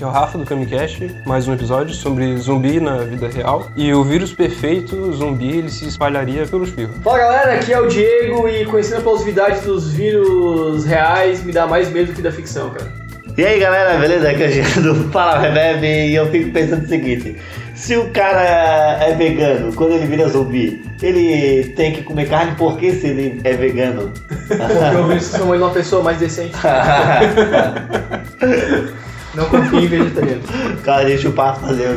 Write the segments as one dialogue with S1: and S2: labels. S1: é o Rafa do Camicast, mais um episódio sobre zumbi na vida real. E o vírus perfeito, zumbi, ele se espalharia pelos fios.
S2: Fala galera, aqui é o Diego e conhecendo a plausibilidade dos vírus reais me dá mais medo que da ficção, cara.
S3: E aí galera, beleza? Aqui é o Jean do Fala Rebebe e eu fico pensando o seguinte: se o cara é vegano, quando ele vira zumbi, ele tem que comer carne por que se ele é vegano?
S2: Porque o vírus transformou ele numa pessoa mais decente. Não confio em vegetariano.
S3: cara, deixa o papo fazer o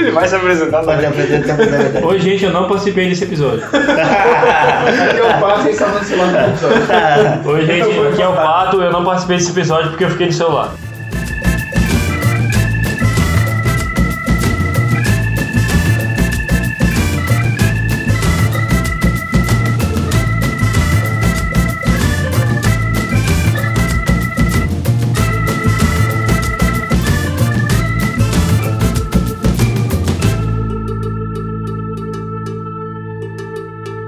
S1: Ele vai se apresentar né?
S3: Pode apresentar pra verdade.
S4: Oi, gente, eu não participei desse episódio.
S2: Aqui é o Pato e está cancelando o episódio.
S4: Oi, gente, aqui é o Pato, eu não participei desse episódio porque eu fiquei no celular.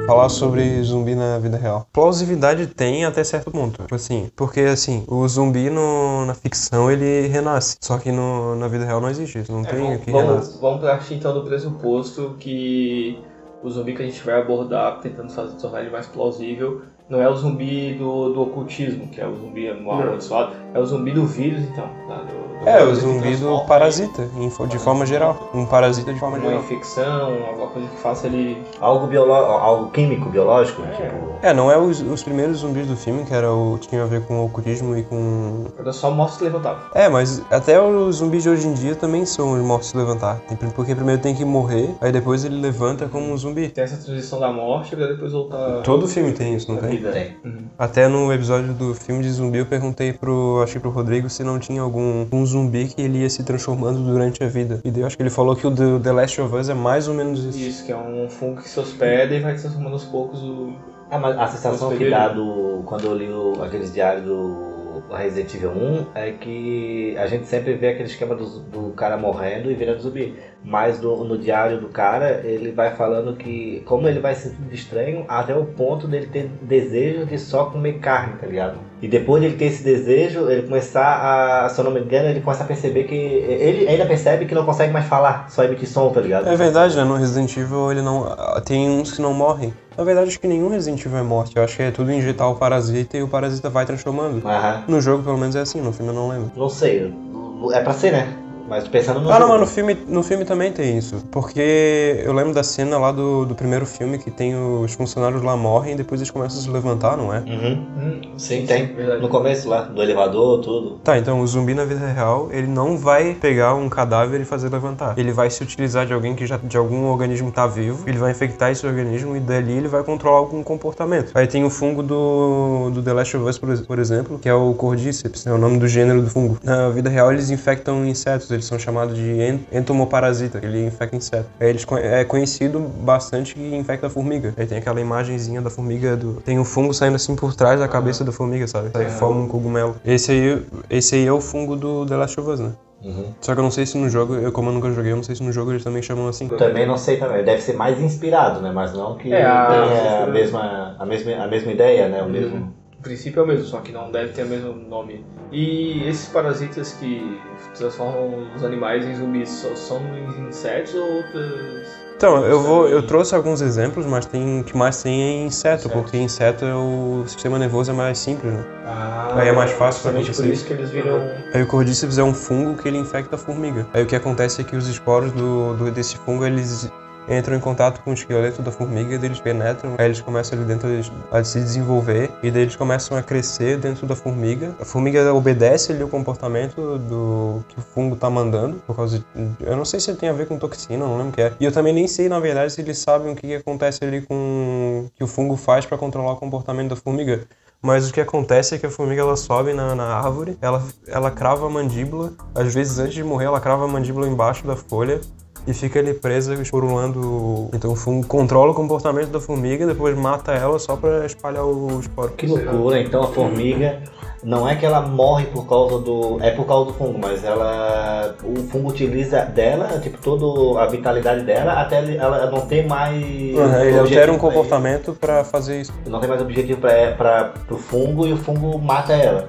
S1: Falar sobre zumbi na vida real. Plausibilidade tem até certo ponto. Assim, porque assim, o zumbi no- na ficção ele renasce. Só que no- na vida real não existe isso. Não tem o que renasce.
S2: É, vamos, vamos partir então do pressuposto que o zumbi que a gente vai abordar, tentando fazer, tornar ele mais plausível, não é o zumbi do, do ocultismo, que é o zumbi anual abençoado, é o zumbi do vírus, então. tá? Do- do-
S1: É, o
S2: que
S1: zumbi do
S2: transforma
S1: parasita, em fo- de forma geral. Um parasita de forma
S2: Uma
S1: geral.
S2: infecção, alguma coisa que faça ele.
S3: Algo, biolo... Algo químico, biológico? Tipo.
S1: É, não é os, os primeiros zumbis do filme, que era o, tinha a ver com o ocultismo e com
S2: Era só mostra se levantar.
S1: É, mas até os zumbis de hoje em dia também são os mortos se levantar. Tem- Porque primeiro tem que morrer, aí depois ele levanta como um zumbi.
S2: Tem essa transição da morte pra depois voltar.
S1: Todo filme tem isso, não
S2: à
S1: tem?
S2: vida.
S3: Tem.
S2: Uhum.
S1: Até no episódio do filme de zumbi eu perguntei pro, acho que pro Rodrigo se não tinha algum um zumbi que ele ia se transformando durante a vida. E daí eu acho que ele falou que o do The Last of Us é mais ou menos isso.
S2: Isso, que é um fungo que se hospeda e vai transformando aos poucos o.
S3: Ah, mas a sensação que dá do, quando eu li o- aqueles diários do Resident Evil 1 é que a gente sempre vê aquele esquema do, do cara morrendo e virando zumbi. Mas do- no diário do cara, ele vai falando que como ele vai se sentindo estranho até o ponto dele ter desejo de só comer carne, tá ligado? E depois dele ter esse desejo, ele começar a, se eu não me engano, ele começa a perceber que. Ele ainda percebe que não consegue mais falar, só emitir som, tá ligado?
S1: É verdade, né? No Resident Evil ele não. ah, Tem uns que não morrem. Na verdade, acho que nenhum Resident Evil é morte. Eu acho que é tudo injetar o parasita e o parasita vai transformando.
S3: Aham.
S1: No jogo, pelo menos, é assim, no filme eu não lembro.
S3: Não sei, não- é pra ser, né? Mas pensando no.
S1: Ah, não,
S3: jogo.
S1: mano, no filme, no filme também tem isso. Porque eu lembro da cena lá do, do primeiro filme que tem os funcionários lá morrem e depois eles começam a se levantar, não é?
S3: Uhum.
S2: Hum,
S3: Sim, tem.
S2: verdade.
S3: No começo lá, do elevador, tudo.
S1: Tá, então o zumbi na vida real, ele não vai pegar um cadáver e fazer levantar. Ele vai se utilizar de alguém que já de algum organismo tá vivo, ele vai infectar esse organismo e dali ele vai controlar algum comportamento. Aí tem o fungo do, do The Last of Us, por, ex- por exemplo, que é o cordíceps, é o nome do gênero do fungo. Na vida real eles infectam insetos, eles são chamados de en- entomoparasita, ele infecta inseto. Aí eles co- é conhecido bastante que infecta a formiga. Aí tem aquela imagenzinha da formiga do tem o fungo saindo assim por trás da cabeça da formiga, sabe? Aí forma um cogumelo. Esse aí, esse aí é o fungo do The Last of Us, né?
S3: Uhum.
S1: Só que eu não sei se no jogo, eu como eu nunca joguei, eu não sei se no jogo eles também chamam assim.
S3: Também não sei também. Deve ser mais inspirado, né? Mas não que
S2: É,
S1: ah,
S2: a-
S3: tenha a mesma, a, mesma, a mesma ideia, né? O
S1: Uhum.
S3: mesmo.
S2: O princípio é o mesmo, só que não deve ter o mesmo nome. E esses parasitas que transformam os animais em zumbis só são em insetos ou outras.
S1: Então, eu vou, eu trouxe alguns exemplos, mas tem o que mais tem é inseto, porque inseto é o sistema nervoso é mais simples, né?
S2: Ah, Uhum.
S1: Aí é mais fácil pra
S2: justamente por
S1: acontecer.
S2: isso que eles viram.
S1: Aí o cordíceps é um fungo que ele infecta a formiga. Aí o que acontece é que os esporos do, do- desse fungo, eles entram em contato com o esqueleto da formiga, daí eles penetram, aí eles começam ali dentro eles- a se desenvolver, e daí eles começam a crescer dentro da formiga. A formiga obedece ali o comportamento do que o fungo tá mandando, por causa de, Eu não sei se tem a ver com toxina, não lembro o que é. E eu também nem sei, na verdade, se eles sabem o que, que acontece ali com... que o fungo faz para controlar o comportamento da formiga. Mas o que acontece é que a formiga ela sobe na, na árvore, ela, ela crava a mandíbula, às vezes antes de morrer ela crava a mandíbula embaixo da folha e fica ali presa esporulando. o- Então o fungo controla o comportamento da formiga, depois mata ela só pra espalhar o esporo.
S3: Que loucura, então a formiga. Não é que ela morre por causa do. É por causa do fungo, mas ela. O fungo utiliza dela, tipo, toda a vitalidade dela, até ele- ela não tem mais.
S1: Uhum, ele
S3: objetivo
S1: altera um Tá
S3: pra
S1: comportamento pra fazer isso.
S3: não tem mais objetivo pra, é, pra, pro fungo e o fungo mata ela.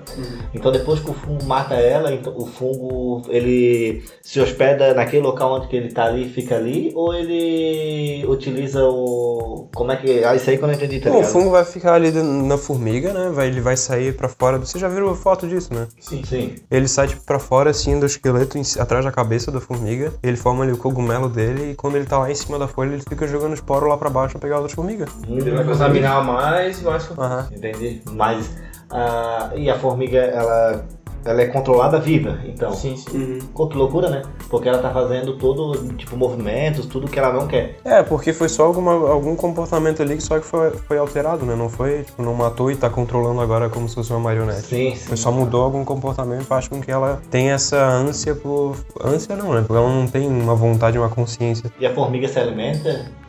S3: Então depois que o fungo mata ela, então, o fungo ele se hospeda naquele local onde que ele tá ali e fica ali, ou ele utiliza o. Como é que. Ah, isso aí que eu não entendi, tá
S1: Bom, o
S3: ligado?
S1: fungo vai ficar ali de- na formiga, né? Vai, ele vai sair pra fora. Do... Você já viram foto disso, né?
S3: Sim, sim.
S1: Ele sai tipo, pra fora assim do esqueleto, em ci- atrás da cabeça da formiga. Ele forma ali o cogumelo dele e quando ele tá lá em cima da folha, ele fica jogando esporo lá pra baixo pra pegar outras formigas.
S2: Ele vai um contaminar mais e mais.
S1: Aham.
S3: Entendi. Mas. ah, e a formiga, ela. Ela é controlada viva, então.
S2: Sim, sim.
S3: Pô, que loucura, né? Porque ela tá fazendo todo, tipo, movimentos, tudo que ela não quer.
S1: É, porque foi só alguma, algum comportamento ali que só que foi, foi alterado, né? Não foi, tipo, não matou e tá controlando agora como se fosse uma marionete.
S3: Sim, sim.
S1: Foi só mudou algum comportamento e faz com que ela tenha essa ânsia por. ânsia não, né? Porque ela não tem uma vontade, uma consciência.
S3: E a formiga se alimenta?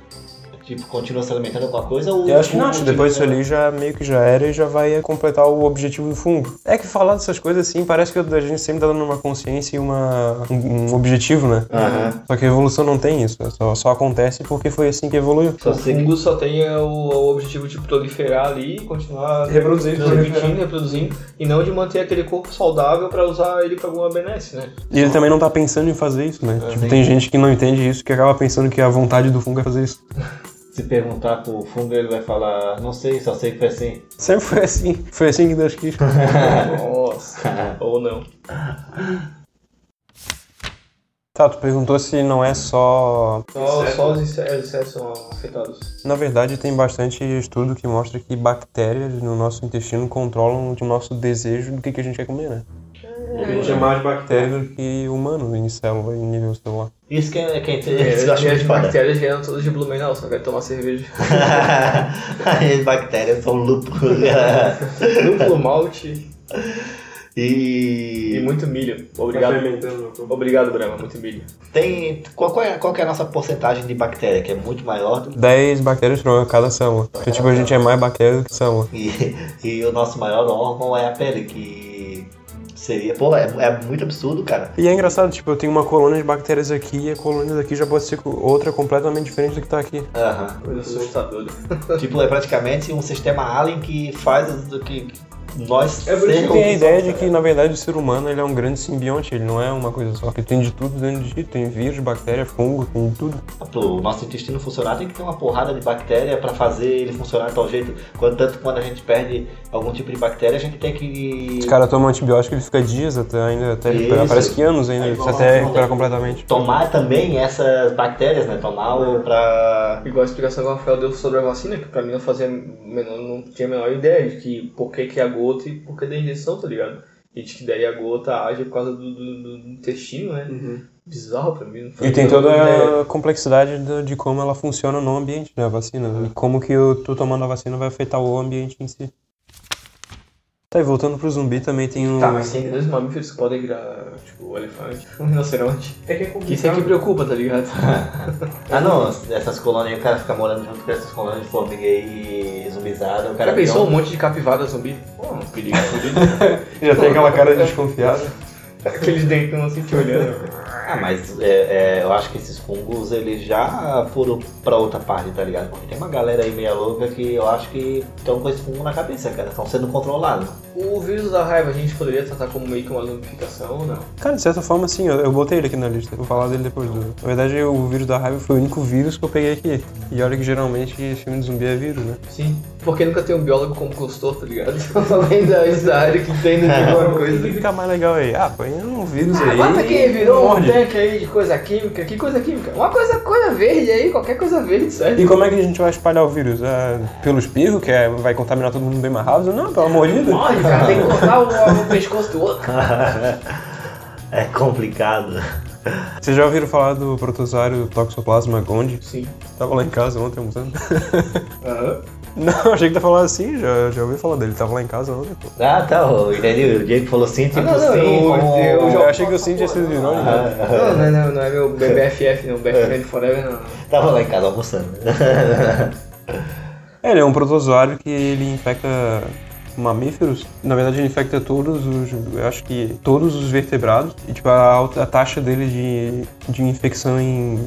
S3: Tipo, continua se alimentando com alguma coisa? Ou tipo
S1: Eu acho que
S3: ou
S1: não, acho que depois disso
S3: utiliza-
S1: ali já meio que já era e já vai completar o objetivo do fungo. É que falar dessas coisas assim, parece que a gente sempre tá dando uma consciência e uma, um, um objetivo, né?
S3: Aham.
S1: Só que a evolução não tem isso, né? só, só acontece porque foi assim que evoluiu.
S3: Só
S2: O
S3: sei que-
S2: fungo só tem o, o objetivo de proliferar ali e continuar
S1: Reproduzir,
S2: transmitindo, reproduzindo, e não de manter aquele corpo saudável pra usar ele pra alguma benesse, né?
S1: E ele também não tá pensando em fazer isso, né? tipo, tem gente que não entende isso, que acaba pensando que a vontade do fungo é fazer isso.
S3: Se perguntar pro fungo, ele vai falar, não sei, só sei que foi assim.
S1: Sempre foi assim. Foi assim que Deus quis.
S2: Nossa, ou não.
S1: Tá, tu perguntou se não é só.
S2: Só, só os inse- os insetos são afetados.
S1: Na verdade, tem bastante estudo que mostra que bactérias no nosso intestino controlam o nosso desejo do que, que a gente quer comer, né? A gente é mais bactéria
S2: Uhum.
S1: do que humano em célula, em nível celular.
S3: Isso que é, que é
S2: É,
S3: interessante.
S2: as
S3: muito foda.
S2: bactérias vieram todas de Blumenau, só quero tomar cerveja.
S3: As bactérias são um lúpulo.
S2: Duplo malte e
S3: e
S2: muito milho. Obrigado. Obrigado, Brahma, muito milho.
S3: tem... Qual, qual é, qual que é a nossa porcentagem de bactéria? Que é muito maior do
S1: 10 bactérias pra cada célula. Então, tipo, a gente é mais bactéria do que célula.
S3: E, e o nosso maior órgão é a pele, que seria. Pô, é, é muito absurdo, cara.
S1: E é engraçado, tipo, eu tenho uma colônia de bactérias aqui e a colônia daqui já pode ser co- outra completamente diferente do que tá aqui.
S3: Aham.
S2: Coisa assustadora.
S3: tipo, é praticamente um sistema alien que faz do que nós
S2: É por isso
S1: Eu tenho
S2: que
S3: sermos
S1: a
S3: somos,
S1: ideia de
S3: cara.
S1: que, na verdade, o ser humano ele é um grande simbionte, ele não é uma coisa só. Porque tem de tudo dentro de ti, tem vírus, bactéria, fungo, tem tudo.
S3: Pro nosso intestino funcionar tem que ter uma porrada de bactéria pra fazer ele funcionar de tal jeito. Quando, tanto que quando a gente perde algum tipo de bactéria, a gente tem que.
S1: Os caras tomam antibiótico ele fica dias até ainda até recuperar.
S3: Isso.
S1: Parece que anos ainda,
S3: Aí,
S1: precisa
S3: vamos lá,
S1: até
S3: vamos
S1: recuperar
S3: lá.
S1: completamente.
S3: Tomar também essas bactérias, né? Tomar o pra.
S2: Igual a explicação que o Rafael deu sobre a vacina, que pra mim não fazia menor, não tinha a menor ideia de que por que, que é a gota e por que da injeção, tá ligado? E de que daí a gota age por causa do, do- do intestino, né? Bizarro pra mim. Não
S1: Uhum. E
S2: fazia
S1: tem
S2: menor ideia.
S1: toda a É, complexidade do- de como ela funciona no ambiente, né? A vacina. né? E como que o tu tomando a vacina vai afetar o ambiente em si. Tá, e voltando pro zumbi também tem um.
S2: Tá, mas tem dois mamíferos que podem virar, tipo, elefante, um rinoceronte.
S5: É que é
S2: Que isso é que
S5: complicado.
S2: preocupa, tá ligado?
S3: Ah não, essas colônias aí, o cara fica morando junto com essas colônias de formiga aí zumbizada. O cara
S2: Já pensou um
S3: muito.
S2: monte de capivara zumbi? Pô, um perigo fudido.
S1: Já tem aquela cara desconfiada.
S2: Aqueles dentão assim te olhando.
S3: Ah, mas é, é, eu acho que esses fungos eles já foram pra outra parte, tá ligado? Porque tem uma galera aí meia louca que eu acho que estão com esse fungo na cabeça, cara. Estão sendo controlados.
S2: O vírus da raiva a gente poderia tratar como meio que uma zumbificação ou não?
S1: Cara, de certa forma, sim, eu, eu botei ele aqui na lista. Vou falar dele depois do. Na verdade, o vírus da raiva foi o único vírus que eu peguei aqui. E olha que geralmente filme de zumbi é vírus, né?
S2: Sim. Porque nunca tem um biólogo como consultor, tá ligado? Além da, da área que tem de alguma
S1: O
S2: coisa.
S1: que fica mais legal aí? Ah, põe um vírus aí.
S2: Mata quem virou um
S1: morde.
S2: tanque aí de coisa química. Que coisa química? Uma coisa, coisa verde aí, qualquer coisa verde serve.
S1: E como é que a gente vai espalhar o vírus? É, pelo espirro, que é- vai contaminar todo mundo bem mais rápido? Não, pela mordida.
S2: Morre, cara. Tem que cortar o, o pescoço do outro.
S3: é complicado.
S1: Vocês já ouviram falar do protozoário Toxoplasma gondii?
S2: Sim.
S1: Tava lá em casa ontem almoçando.
S2: Aham.
S1: Não, achei que tá falando assim, já, já ouvi falar dele. Tava lá em casa ontem. pô.
S3: Ah, tá, o- entendi. O Diego falou sim, tipo
S2: Ah, não, não,
S3: sim.
S2: eu-
S3: como-
S2: eu
S1: Eu,
S2: já-
S1: achei que o Sim tinha sido irônico.
S2: Não, não, não, não é meu BFF, não. BFF é Forever, não.
S3: Tava lá Tá em casa almoçando.
S1: É, Ele é um protozoário que ele infecta mamíferos, na verdade ele infecta todos os, eu acho que todos os vertebrados, e tipo, a, alta- a taxa dele de, de infecção em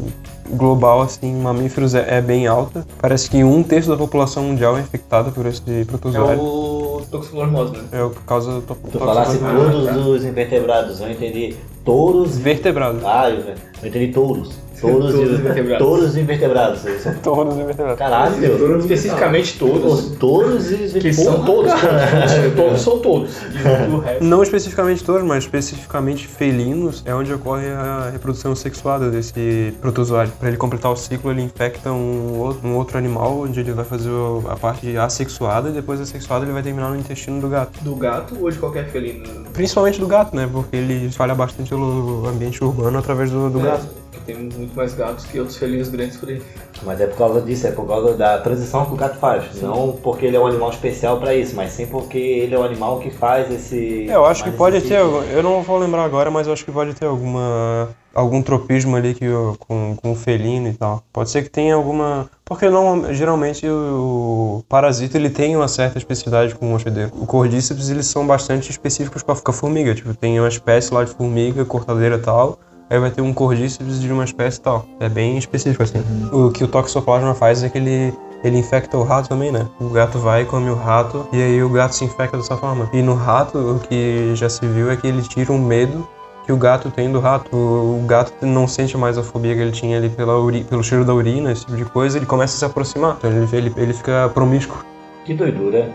S1: global, assim, em mamíferos é, é bem alta. Parece que um terço da população mundial é infectada por esse
S2: É
S1: protozoário.
S2: o toxoplasmose, né?
S1: É o assim, que causa to-
S3: Tu falasse
S1: toxoplasmose.
S3: todos os invertebrados, eu entendi touros e.
S1: Vertebrados.
S3: Ah, eu eu entendi touros. Touros
S2: Todos os
S3: e.
S2: invertebrados.
S3: Touros e invertebrados. eles são-
S1: Todos os vertebrados.
S3: Caralho, Ah, meu.
S2: Especificamente todos.
S3: Os touros e.
S2: Que são todos, todos, todos são todos. E o resto.
S1: Não especificamente todos, mas especificamente felinos é onde ocorre a reprodução sexuada desse protozoário. Para ele completar o ciclo, ele infecta um outro, um outro animal, onde ele vai fazer o- a parte assexuada e depois assexuada ele vai terminar no intestino do gato.
S2: Do gato ou de qualquer felino?
S1: Principalmente do gato, né? Porque ele espalha bastante pelo ambiente urbano através do, do gato.
S2: Porque É, tem muito mais gatos que outros felinos grandes por aí.
S3: Mas é por causa disso, é por causa da transição que o gato faz. Não porque ele é um animal especial pra isso, mas sim porque ele é um animal que faz esse.
S1: É, eu acho que
S3: faz
S1: pode
S3: esse-
S1: ter, algum- eu não vou lembrar agora, mas eu acho que pode ter alguma algum tropismo ali que o- com, com o felino e tal. Pode ser que tenha alguma, porque não, geralmente o parasita ele tem uma certa especificidade com o hospedeiro. O cordíceps eles são bastante específicos com a com a formiga, tipo, tem uma espécie lá de formiga, cortadeira e tal. Aí vai ter um cordíceps de uma espécie e tal. É bem específico assim. O que o toxoplasma faz é que ele ele infecta o rato também, né? O gato vai, come o rato, e aí o gato se infecta dessa forma. E no rato, o que já se viu é que ele tira o medo que o gato tem do rato. O o gato não sente mais a fobia que ele tinha ali pela uri- pelo cheiro da urina, esse tipo de coisa, ele começa a se aproximar. Então ele, ele, ele fica promíscuo.
S3: Que doidura.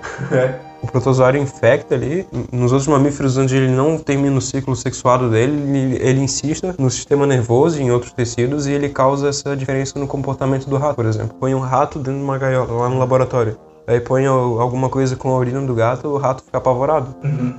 S1: O protozoário infecta ali. Nos outros mamíferos onde ele não termina o ciclo sexuado dele, ele, ele insista no sistema nervoso e em outros tecidos e ele causa essa diferença no comportamento do rato, por exemplo. Põe um rato dentro de uma gaiola lá no laboratório. Aí põe al- alguma coisa com a urina do gato, o rato fica apavorado.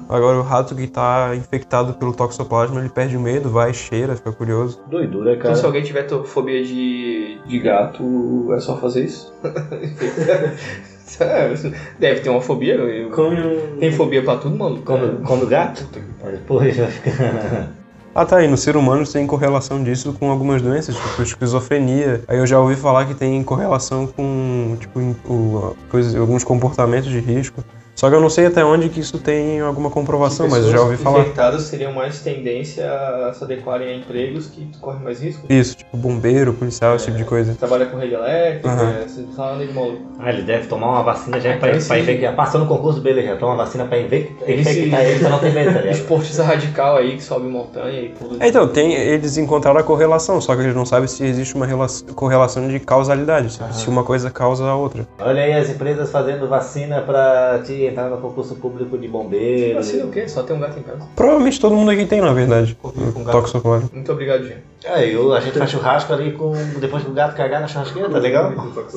S1: Agora o rato que está infectado pelo toxoplasma, ele perde o medo, vai, cheira, fica curioso.
S3: Doidura,
S2: Então, se
S3: cara.
S2: alguém tiver fobia de, de gato, é só fazer isso? É, Deve ter uma fobia. eu-
S4: Come um.
S2: Tem fobia pra tudo, É. mano.
S3: Come, come gato? Depois vai ficar.
S1: Ah tá, e no ser humano tem correlação disso com algumas doenças, tipo esquizofrenia. Aí eu já ouvi falar que tem correlação com, tipo, em- o- coisas- alguns comportamentos de risco. Só que eu não sei até onde que isso tem alguma comprovação, mas eu já ouvi falar.
S2: infectadas teriam mais tendência a se adequarem a empregos que correm mais risco.
S1: Isso, tipo bombeiro, policial, esse tipo de coisa.
S2: Trabalha com rede elétrica,
S1: Aham.
S2: uhum. você fala de maluco.
S3: Ah, ele deve tomar uma vacina já
S2: Ah,
S3: pra,
S2: então
S3: pra
S2: sim.
S3: infectar. Passou no concurso, beleza, toma uma vacina pra infectar
S2: Esse-
S3: infectar ele pra não ter medo, tá ligado?
S2: Esportista radical aí que sobe montanha e pula.
S1: É, Então, tem, eles encontraram a correlação, só que eles não sabem se existe uma rela- correlação de causalidade, se- se uma coisa causa a outra.
S3: Olha aí as empresas fazendo vacina pra te entrar no concurso público de bombeiros.
S2: Vacina o quê? Só tem um gato em casa.
S1: Provavelmente todo mundo aqui tem, na verdade,
S2: com um gato.
S1: toxoplasma.
S2: Muito obrigado, gente.
S3: É, eu, a gente faz churrasco ali com. Depois que o gato cagar na churrasqueira, tá legal?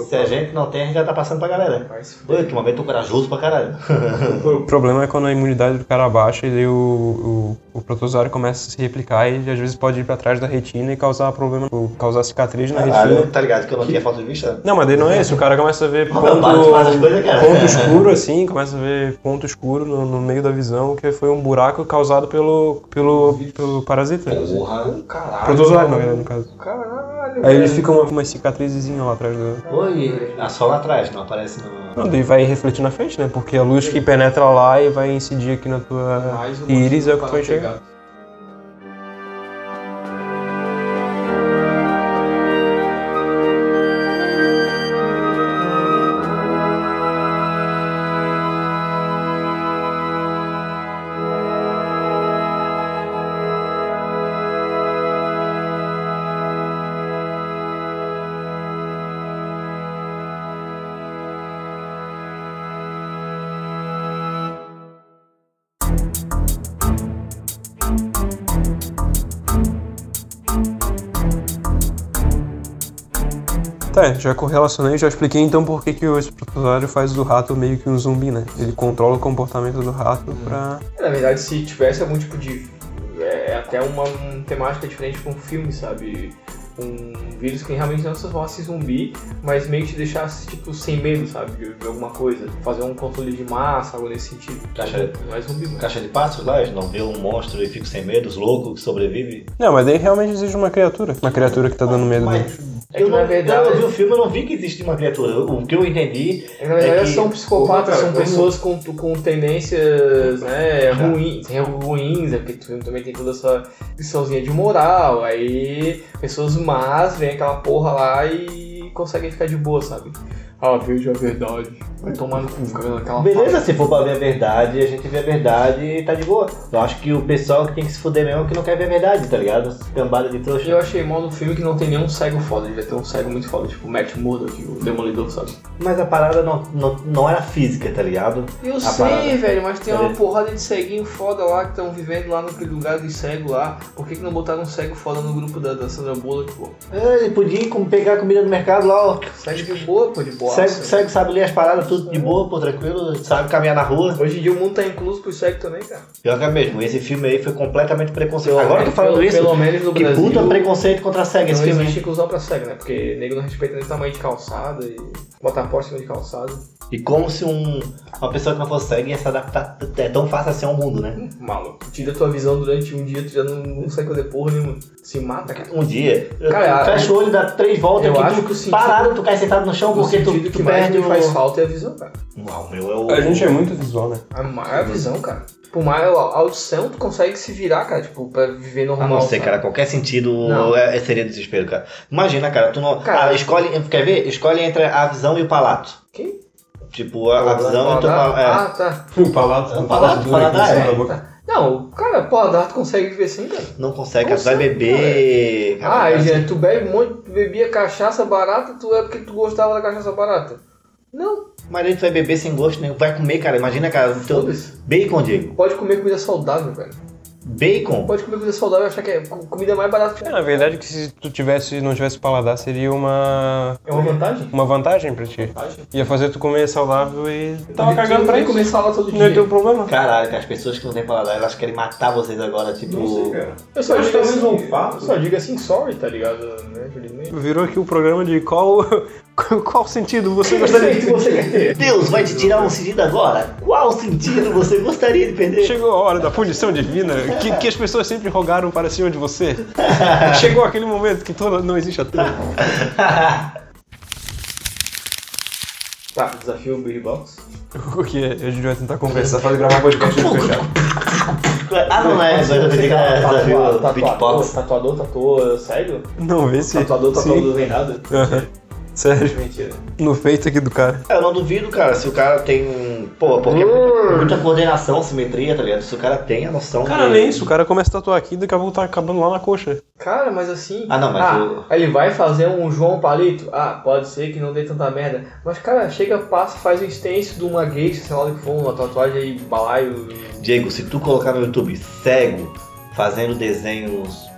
S3: Se a gente não tem, a gente já tá passando pra galera.
S2: Mas
S3: Oi, tu uma vez tô corajoso pra caralho.
S1: O problema é quando a imunidade do cara baixa e daí o, o, o protozoário começa a se replicar e ele, às vezes pode ir pra trás da retina e causar problema, ou causar cicatriz na retina.
S3: Caralho, tá ligado que eu não tinha falta de vista?
S1: Não, mas daí não é isso, o cara começa a ver ponto,
S3: Não, para de né? fazer as coisas, cara.
S1: ponto escuro assim, começa a ver ponto escuro no, no meio da visão, que foi um buraco causado pelo, pelo, pelo parasita.
S3: Porra.
S1: Protozoário, na verdade, no caso.
S2: caralho.
S1: Aí ele fica uma, uma cicatrizinha lá atrás do.
S3: Oi, ah, só lá atrás, não aparece no.
S1: Não, daí vai refletir na frente, né? Porque a luz que penetra lá e vai incidir aqui na tua
S2: Mais um
S1: íris é o que tu
S2: motivo para
S1: vai enxergar.
S2: ter gato.
S1: Tá, já correlacionei, já expliquei então por que, que o protozoário faz do rato meio que um zumbi, né? Ele controla o comportamento do rato pra.
S2: É, Na verdade, se tivesse algum tipo de. É até uma um, temática diferente pra um filme, sabe? Um vírus que realmente não se transformasse em zumbi, mas meio que te deixasse, tipo, sem medo, sabe? De, de alguma coisa. Fazer um controle de massa, algo nesse sentido.
S3: Caixa-
S2: Não é zumbi, mano.
S3: Caixa de passos lá, eles não vê um monstro e fica sem medo, os loucos que sobrevive.
S1: Não, mas daí realmente existe uma criatura. Uma criatura que tá dando medo dele.
S3: Mas
S2: É que
S3: eu, não,
S2: na verdade.
S3: quando eu vi o filme, eu não vi que existe uma criatura. O que eu entendi
S2: É que, na verdade,
S3: É que-
S2: são psicopatas,
S5: Porra, cara,
S2: são
S5: eu
S2: pessoas com, com tendências né,
S3: Tá.
S2: ruins, é, ruins, é porque tu também tem toda essa liçãozinha de moral, aí pessoas más vem aquela porra lá e conseguem ficar de boa, sabe? Ah, veja a verdade. Vai tomar no cu, fica vendo aquela
S3: Beleza, se for pra ver a verdade, a gente vê a verdade e tá de boa. Eu acho que o pessoal que tem que se fuder mesmo é o que não quer ver a verdade, tá ligado? Os Cambada de trouxa.
S2: Eu achei mal no filme que não tem nenhum cego foda, devia ter um cego muito foda, tipo o Matt Murdock, o Demolidor, sabe?
S3: Mas a parada não, não, não era física, tá ligado?
S2: Eu sei,
S3: parada.
S2: velho, mas tem uma
S3: Beleza.
S2: porrada de ceguinho foda lá que estão vivendo lá naquele lugar de cego lá. Por que, que não botaram um cego foda no grupo da, da Sandra Bullock, pô?
S3: É, Ele podia ir com- pegar comida no mercado lá, ó.
S2: Cego de boa, pô, de boa.
S3: Segue, segue, sabe ler as paradas, tudo
S2: Uhum.
S3: de boa, pô, tranquilo, sabe caminhar na rua.
S2: Hoje em dia o mundo tá incluso pro cego também, cara.
S3: Pior que é mesmo, esse filme aí foi completamente preconceito.
S2: Pelo
S3: Agora que eu
S2: menos-
S3: falo
S2: pelo-
S3: isso,
S2: Pelo menos no
S3: que
S2: Brasil.
S3: puta preconceito contra a SEGA esse
S2: não
S3: filme.
S2: existe inclusão pra cego, né? Porque nego não respeita nem o tamanho de calçada e botar pó em cima de calçada.
S3: E como se um, uma pessoa que não fosse cega ia se adaptar t- é tão fácil assim ao mundo, né?
S2: Maluco, tira tua visão durante um dia, tu já não, não sai fazer porra nenhuma. Se mata, cara.
S3: Um dia,
S2: Cara,
S3: tu fecha o olho, dá três voltas,
S2: eu
S3: que
S2: acho
S3: tu,
S2: que o sentido-
S3: parado, tu cai sentado no chão
S2: O
S3: porque tu,
S2: sentido
S3: tu
S2: que mais
S3: perde
S2: me
S3: o...
S2: faz falta é a visão, cara.
S3: Não, meu, é o...
S1: A gente é muito visual, né?
S2: A maior visão, cara. Por mais a audição, tu consegue se virar, cara, tipo, pra viver
S3: Ah,
S2: normal.
S3: não sei,
S2: sabe?
S3: cara, qualquer sentido
S2: Não.
S3: é, é- seria desespero, cara. Imagina, cara, tu não.
S2: Cara.
S3: Ah, escolhe. Quer ver? Escolhe entre a visão e o palato.
S2: Quem?
S3: Tipo, a, a visão e o teu
S2: Paladar?
S3: palato. É.
S2: Ah, tá.
S1: O palato,
S3: O palato,
S1: duro
S3: palato,
S1: aqui em cima
S3: é.
S1: da boca.
S2: Não, cara, paladar tu consegue viver assim, cara.
S3: Não consegue,
S2: Como
S3: cara, tu vai
S2: assim,
S3: beber.
S2: Ah,
S3: cara,
S2: aí, gente, tu bebe um monte, tu bebia cachaça barata, tu é porque tu gostava da cachaça barata. Não,
S3: Mas aí tu vai beber sem gosto nenhum. Vai comer, cara. Imagina, cara, o teu.
S2: foda-se.
S3: Bacon, Diego.
S2: Pode comer comida saudável, velho.
S3: Bacon?
S2: Pode comer comida saudável e achar que é co- comida mais barata que
S1: É, na verdade, que se tu tivesse, não tivesse paladar, seria uma,
S2: É uma vantagem?
S1: uma vantagem pra ti. Ia fazer tu comer saudável e tava
S2: Tu não
S1: cagando pra
S2: tem que
S1: isso.
S2: comer salada todo
S1: Não é
S2: dia.
S1: teu problema.
S3: Caralho, cara, as pessoas que não têm paladar, elas querem matar vocês agora, tipo.
S5: Não sei, cara.
S2: Eu só
S5: Acho que
S2: digo
S5: talvez
S2: assim,
S5: um fato.
S2: eu só digo assim, sorry, tá ligado? Né, Julinho?
S1: Virou aqui o programa de qual, qual sentido você
S2: Eu
S1: gostaria
S2: sei que
S1: de
S2: você quer ter.
S3: Deus vai te tirar um sentido agora? Qual sentido você gostaria de perder?
S1: Chegou a hora da punição divina que, que as pessoas sempre rogaram para cima de você. Chegou aquele momento que toda, não existe a tua.
S2: Tá, desafio Big Box.
S1: O que é? A gente vai tentar conversar, fazer gravar podcast e fechar.
S3: Ah, não é, agora eu pensei que
S2: Tá
S3: era desafio
S2: Tatuador,
S3: beatbox.
S2: tatuador, tatuou, sério?
S1: Não, vê se.
S2: Tatuador,
S1: se-
S2: tatuador vem nada?
S1: Aham. Sério,
S2: Mentira.
S1: no peito aqui do cara.
S3: É, Eu não duvido, cara, se o cara tem. Pô, porque é
S2: Hum.
S3: muita, muita coordenação, simetria, tá ligado? Se o cara tem a noção.
S1: Cara,
S3: de-
S1: nem isso. O cara começa a tatuar aqui e daqui a pouco tá acabando lá na coxa.
S2: Cara, mas assim.
S3: Ah, não, mas
S2: ah, Ele vai fazer um João Palito? Ah, pode ser que não dê tanta merda. Mas, cara, chega, passa, faz um stencil de uma gay, sei lá do que for, uma tatuagem aí, balaio. e-
S3: Diego, se tu colocar no YouTube cego fazendo desenhos.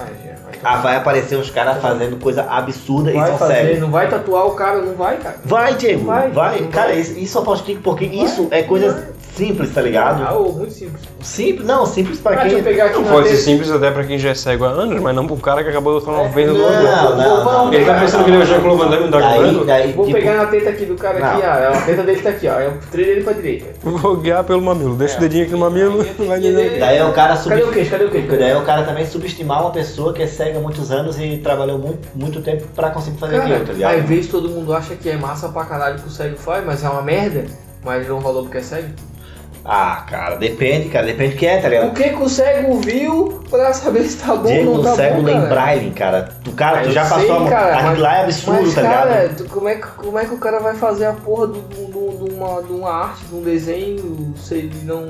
S2: Ai, gente, é, vai
S3: Ah, vai aparecer uns caras fazendo coisa absurda e
S2: Vai
S3: são
S2: fazer,
S3: cegos.
S2: não vai tatuar o cara, não vai, cara.
S3: Vai, Diego,
S2: Vai,
S3: vai.
S2: Diego,
S3: Cara,
S2: vai.
S3: isso, isso eu apostico porque isso é coisa simples, tá
S2: Ah,
S3: ligado?
S2: ô, muito simples.
S3: Simples, não, simples
S2: Ah,
S3: pra
S2: deixa eu
S3: quem.
S2: pegar aqui na
S1: É Pode ser
S2: TV.
S1: simples até pra quem já é cego há anos, mas não pra um cara que acabou de tomar uma vez no olho.
S3: Não, não, não.
S1: Ele tá pensando que ele é o Jean-Claude Van Damme do Dark
S3: Daí,
S1: Brando?
S3: daí,
S2: Vou
S3: tipo,
S2: pegar na teta aqui do cara aqui, ah, a teta dele tá aqui, ó. Eu treinei ele pra direita.
S1: Vou guiar pelo mamilo. Deixa o dedinho aqui no mamilo. Vai dedinho.
S3: daí é o cara subir.
S2: Cadê o queixo? Cadê o queixo?
S3: Porque daí é o cara também subestimar uma pessoa que é cega há muitos anos e trabalhou muito, muito tempo pra conseguir fazer aquilo, tá
S2: Cara,
S3: ligado?
S2: às vezes todo mundo acha que é massa pra caralho que o cego faz, mas é uma merda. Mas não rolou porque é cego.
S3: Ah, cara, depende, cara, depende do que é, tá
S2: O
S3: ligado?
S2: que, que o cego viu pra saber se tá bom ou
S3: Diego
S2: não tá
S3: cego
S2: bom,
S3: lê
S2: cara?
S3: em braille, cara. Tu, cara,
S2: Ah,
S3: tu
S2: eu
S3: já
S2: sei,
S3: passou a
S2: cara,
S3: Aquilo
S2: mas-
S3: lá é absurdo,
S2: Mas,
S3: tá ligado?
S2: cara, tu- como, é que, como é que o cara vai fazer a porra do- do- do- de uma, de uma arte, de um desenho, se ele não...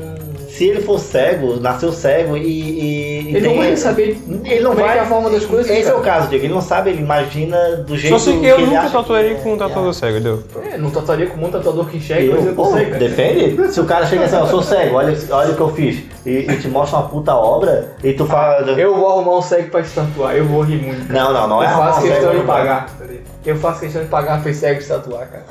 S3: Se ele for cego, nasceu cego e. e- e
S2: Ele não
S3: tem-
S2: vai saber
S3: Ele não
S2: como é que
S3: vai.
S2: é a forma das coisas,
S3: Esse é
S2: cara.
S3: o caso, Diego. Ele não sabe, ele imagina do
S1: Só
S3: jeito
S1: sei que eu
S3: ele
S1: nunca
S3: acha
S1: tatuarei
S3: que- é.
S1: com um tatuador cego, deu.
S2: É, não tatuaria com um monte de tatuador que enxerga, mas
S3: Eu,
S2: eu
S3: pô,
S2: consigo.
S3: defende? Se o cara chega assim, ó, eu sou cego, olha, olha o que eu fiz, e, e te mostra uma puta obra, e tu fala.
S2: Eu vou arrumar um cego pra te tatuar, eu vou rir muito.
S3: Não, não, não é
S2: eu
S3: arrumar
S2: faço
S3: cego,
S2: questão
S3: não
S2: de
S3: vai.
S2: pagar. Eu faço questão de pagar pra esse cego te tatuar, cara.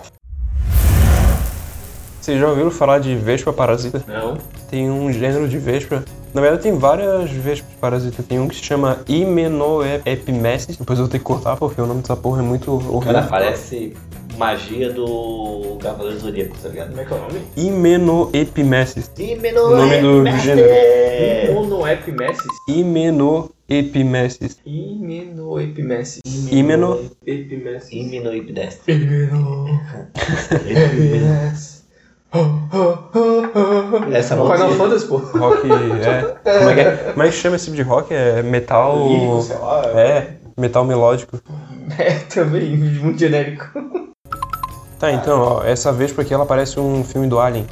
S1: Vocês já ouviram falar de vespa parasita?
S2: Não.
S1: Tem um gênero de vespa. Na verdade, tem várias vespas parasitas. Tem um que se chama Hymenoepimessis. Depois eu vou ter que cortar, porque o nome dessa porra é muito
S3: Cara,
S1: horrível.
S3: parece magia do Cavaleiro do Zodíaco, tá ligado?
S2: Como é que é o nome?
S1: Hymenoepimessis.
S3: O
S1: Nome do- do gênero.
S2: É. Monoep Messi?
S1: Hymeno... Epimeses.
S2: Imenoepimeses.
S1: Imeno.
S2: Epimeses.
S3: Iminoipidest.
S2: Tá
S3: Essa música.
S2: Final Fantasy, pô.
S1: Rock. É. Como é que, é? Como é que chama esse tipo de rock? É metal.
S2: Lírico, sei lá.
S1: É, metal melódico.
S2: É, também, muito genérico.
S1: Tá, então, ó, essa Vespa aqui ela parece um filme do Alien.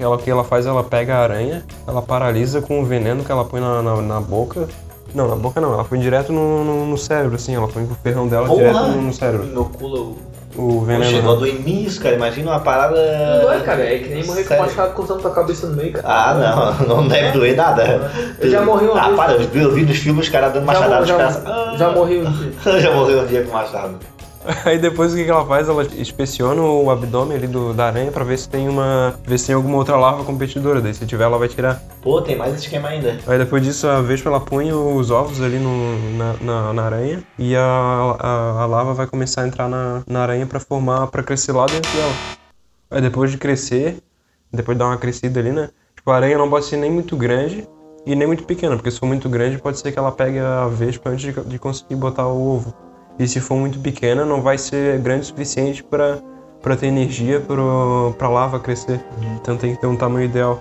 S1: Ela, o que ela faz, ela pega a aranha, ela paralisa com o veneno que ela põe na, na, na boca. Não, na boca não, ela põe direto no, no, no cérebro, assim, ela põe o ferrão dela
S3: Porra!
S1: direto no, no cérebro.
S2: Inocula o.
S1: O
S3: Chegou
S1: veneno.
S3: do início, cara. Imagina uma parada.
S2: Não é, cara, é que nem morrer com
S3: Sério.
S2: uma chave cortando tua cabeça no meio, cara.
S3: Ah, não, não deve doer nada.
S2: Eu já morri uma
S3: Ah,
S2: vez.
S3: para, eu vi, eu vi nos filmes os caras
S2: Já,
S3: dando machadada
S2: mor-
S3: nos caras.
S2: já, já morri um dia.
S3: Ah, já morreu um dia com machado.
S1: Aí depois o que que ela faz? Ela inspeciona o abdômen ali do, da aranha pra ver se tem uma. ver se tem alguma outra larva competidora. Daí se tiver, ela vai tirar.
S3: Pô, tem mais esquema ainda.
S1: Aí depois disso, a Vespa ela põe os ovos ali no, na, na, na aranha e a, a, a lava vai começar a entrar na, na aranha pra formar, pra crescer lá dentro dela. Aí depois de crescer, depois de dar uma crescida ali, né? Tipo, a aranha não pode ser nem muito grande e nem muito pequena, porque se for muito grande pode ser que ela pegue a Vespa antes de, de conseguir botar o ovo. E se for muito pequena, não vai ser grande o suficiente pra, pra ter energia pro, pra lava crescer. Então tem que ter um tamanho ideal.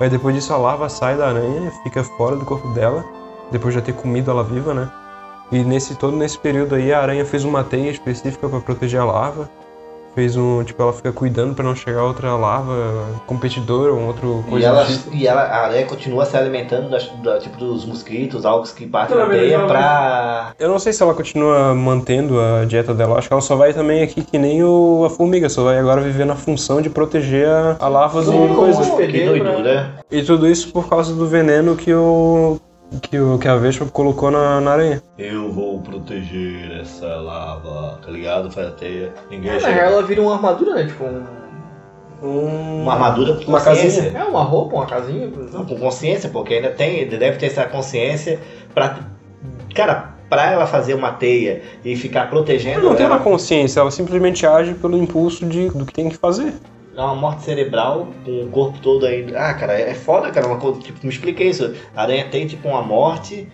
S1: Aí depois disso a larva sai da aranha, fica fora do corpo dela, depois de já ter comido ela viva, né? E nesse todo nesse período aí a aranha fez uma teia específica para proteger a larva. Fez um, tipo, ela fica cuidando para não chegar outra larva competidora ou outro
S3: E
S1: coisa
S3: ela,
S1: do tipo.
S3: e ela, a aranha continua se alimentando das, da- tipo, dos mosquitos, algos que batem na
S2: Pelo menos
S3: teia
S2: ela-
S3: pra.
S1: Eu não sei se ela continua mantendo a dieta dela, eu acho que ela só vai também aqui que nem o, a formiga, só vai agora viver na função de proteger a, a larva do
S2: Sim, como
S1: coisa. né?
S2: um
S3: Que
S2: hospedeiro pra-
S3: doidura.
S1: E tudo isso por causa do veneno que o que, o, que a Vespa colocou na, na aranha.
S3: Eu vou proteger essa lava, tá ligado? Faz a teia. Ninguém
S1: Ah,
S2: Na
S3: chega.
S2: real, ela vira uma armadura, né? Tipo, um...
S3: Uma armadura com
S1: Uma
S3: consciência.
S1: casinha.
S2: é uma roupa, uma casinha. por
S3: Não,
S2: exemplo.
S3: com consciência, porque ainda tem, deve ter essa consciência pra. Cara, pra ela fazer uma teia e ficar protegendo,
S1: Ela não tem
S3: ela
S1: uma consciência, ela simplesmente age pelo impulso de, do que tem que fazer.
S3: é uma morte cerebral com o corpo todo ainda. Ah, cara, é foda, cara. Uma coisa, tipo, me explica isso. A aranha tem tipo uma morte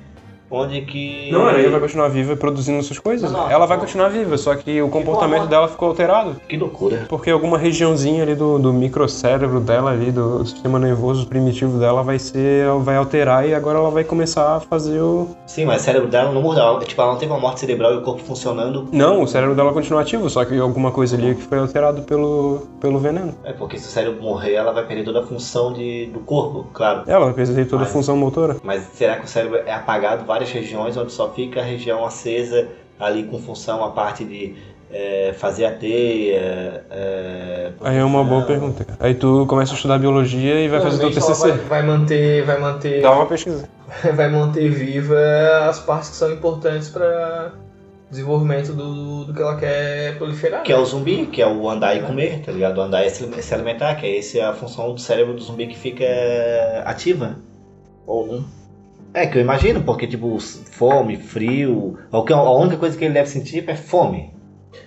S3: onde que.
S1: a aranha vai continuar viva e produzindo suas coisas.
S3: é. Não, não.
S1: ela vai continuar viva, só que o comportamento
S2: forma?
S1: dela ficou alterado.
S3: Que loucura.
S1: Porque alguma regiãozinha ali do, do microcérebro dela, ali, do sistema nervoso primitivo dela, vai ser. vai alterar e agora ela vai começar a fazer o.
S3: Sim, mas o cérebro dela não mudou. Tipo, ela não teve uma morte cerebral e o corpo funcionando.
S1: Não, o cérebro dela continua ativo, só que alguma coisa ali que foi alterado pelo, pelo veneno.
S3: É porque se o cérebro morrer, ela vai perder toda a função de, do corpo, claro.
S1: Ela vai perder toda a
S3: Mas-
S1: função motora.
S3: Mas será que o cérebro é apagado várias regiões onde só fica a região acesa ali com função a parte de eh, fazer a teia? eh,
S1: Aí é uma boa pergunta. cara. Aí tu começa a estudar biologia e vai fazer teu
S2: Provavelmente ela
S1: TCC.
S2: Vai, vai manter, vai manter,
S1: Dá uma pesquisa.
S2: vai manter viva as partes que são importantes para desenvolvimento do, do que ela quer proliferar. né?
S3: Que é o zumbi, que é o andar e comer, tá ligado? O andar e se se alimentar, que é essa a função do cérebro do zumbi que fica eh, ativa.
S2: Ou não.
S3: É, que eu imagino, porque tipo, fome, frio, a única- a única coisa que ele deve sentir é fome.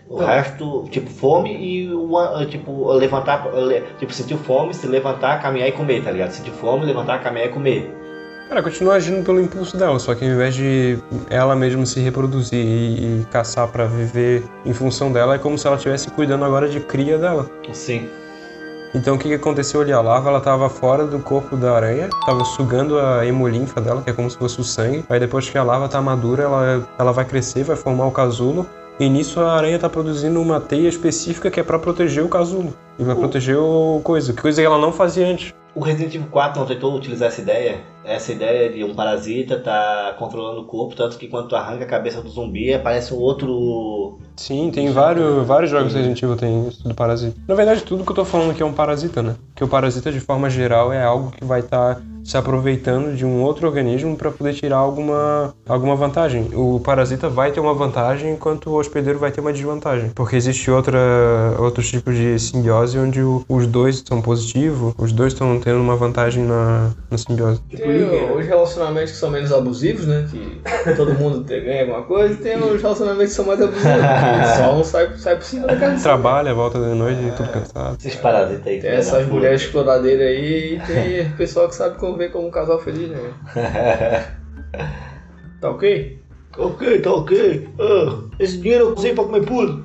S3: O
S2: Não.
S3: resto, tipo, fome e o an- tipo, levantar, le- tipo, sentiu fome, se levantar, caminhar e comer, tá ligado? Sentiu fome, levantar, caminhar e comer.
S1: Cara, continua agindo pelo impulso dela, só que ao invés de ela mesma se reproduzir e, e caçar pra viver em função dela, é como se ela estivesse cuidando agora de cria dela.
S3: Sim.
S1: Então o que que aconteceu ali? A larva ela tava fora do corpo da aranha, tava sugando a hemolinfa dela, que é como se fosse o sangue. Aí depois que a larva tá madura, ela, ela vai crescer, vai formar o casulo. E nisso a aranha tá produzindo uma teia específica que é pra proteger o casulo. E vai proteger o coisa. Coisa que ela não fazia antes.
S3: O Resident Evil 4 não tentou utilizar essa ideia? Essa ideia de um parasita tá controlando o corpo, tanto que quando tu arranca a cabeça do zumbi, aparece um outro.
S1: Sim, tem vários, vários jogos Resident Evil tem isso do parasita. Na verdade, tudo que eu tô falando aqui é um parasita, né? Que o parasita, de forma geral, é algo que vai estar se aproveitando de um outro organismo para poder tirar alguma, alguma vantagem. O parasita vai ter uma vantagem, enquanto o hospedeiro vai ter uma desvantagem. Porque existe outra, outro tipo de simbiose onde o- os dois são positivos, os dois estão tendo uma vantagem na, na simbiose.
S3: tipo
S2: Tem os relacionamentos que são menos abusivos, né? Que todo mundo tem- ganha alguma coisa. E tem os relacionamentos que são mais abusivos. que só um sai, sai por cima da casa.
S1: Trabalha, volta de noite, tudo cansado.
S3: Esses parasitas
S2: Tem
S3: aí. filha da
S2: essas
S3: puta.
S2: mulheres exploradeiras aí e tem pessoal que sabe conviver como um casal feliz, né? Tá ok?
S3: Tá ok, tá ok. Ah, esse dinheiro eu usei pra comer pulo.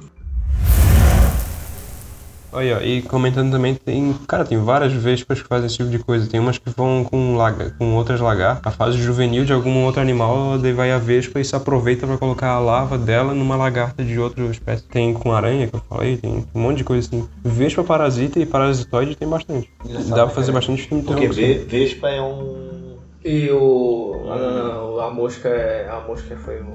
S1: Aí, ó, e comentando também, tem. Cara, tem várias vespas que fazem esse tipo de coisa. Tem umas que vão com, laga, com outras lagar, a fase juvenil de algum outro animal, daí vai a vespa e se aproveita pra colocar a lava dela numa lagarta de outra espécie. Tem com aranha, que eu falei, tem um monte de coisa assim. Vespa parasita e parasitoide tem bastante.
S3: Engraçado,
S1: Dá
S3: né,
S1: pra fazer
S3: cara?
S1: bastante filme
S3: Porque
S1: terror,
S3: ve- Vespa é um.
S2: E o. Não, não, não, a mosca é. A mosca foi o.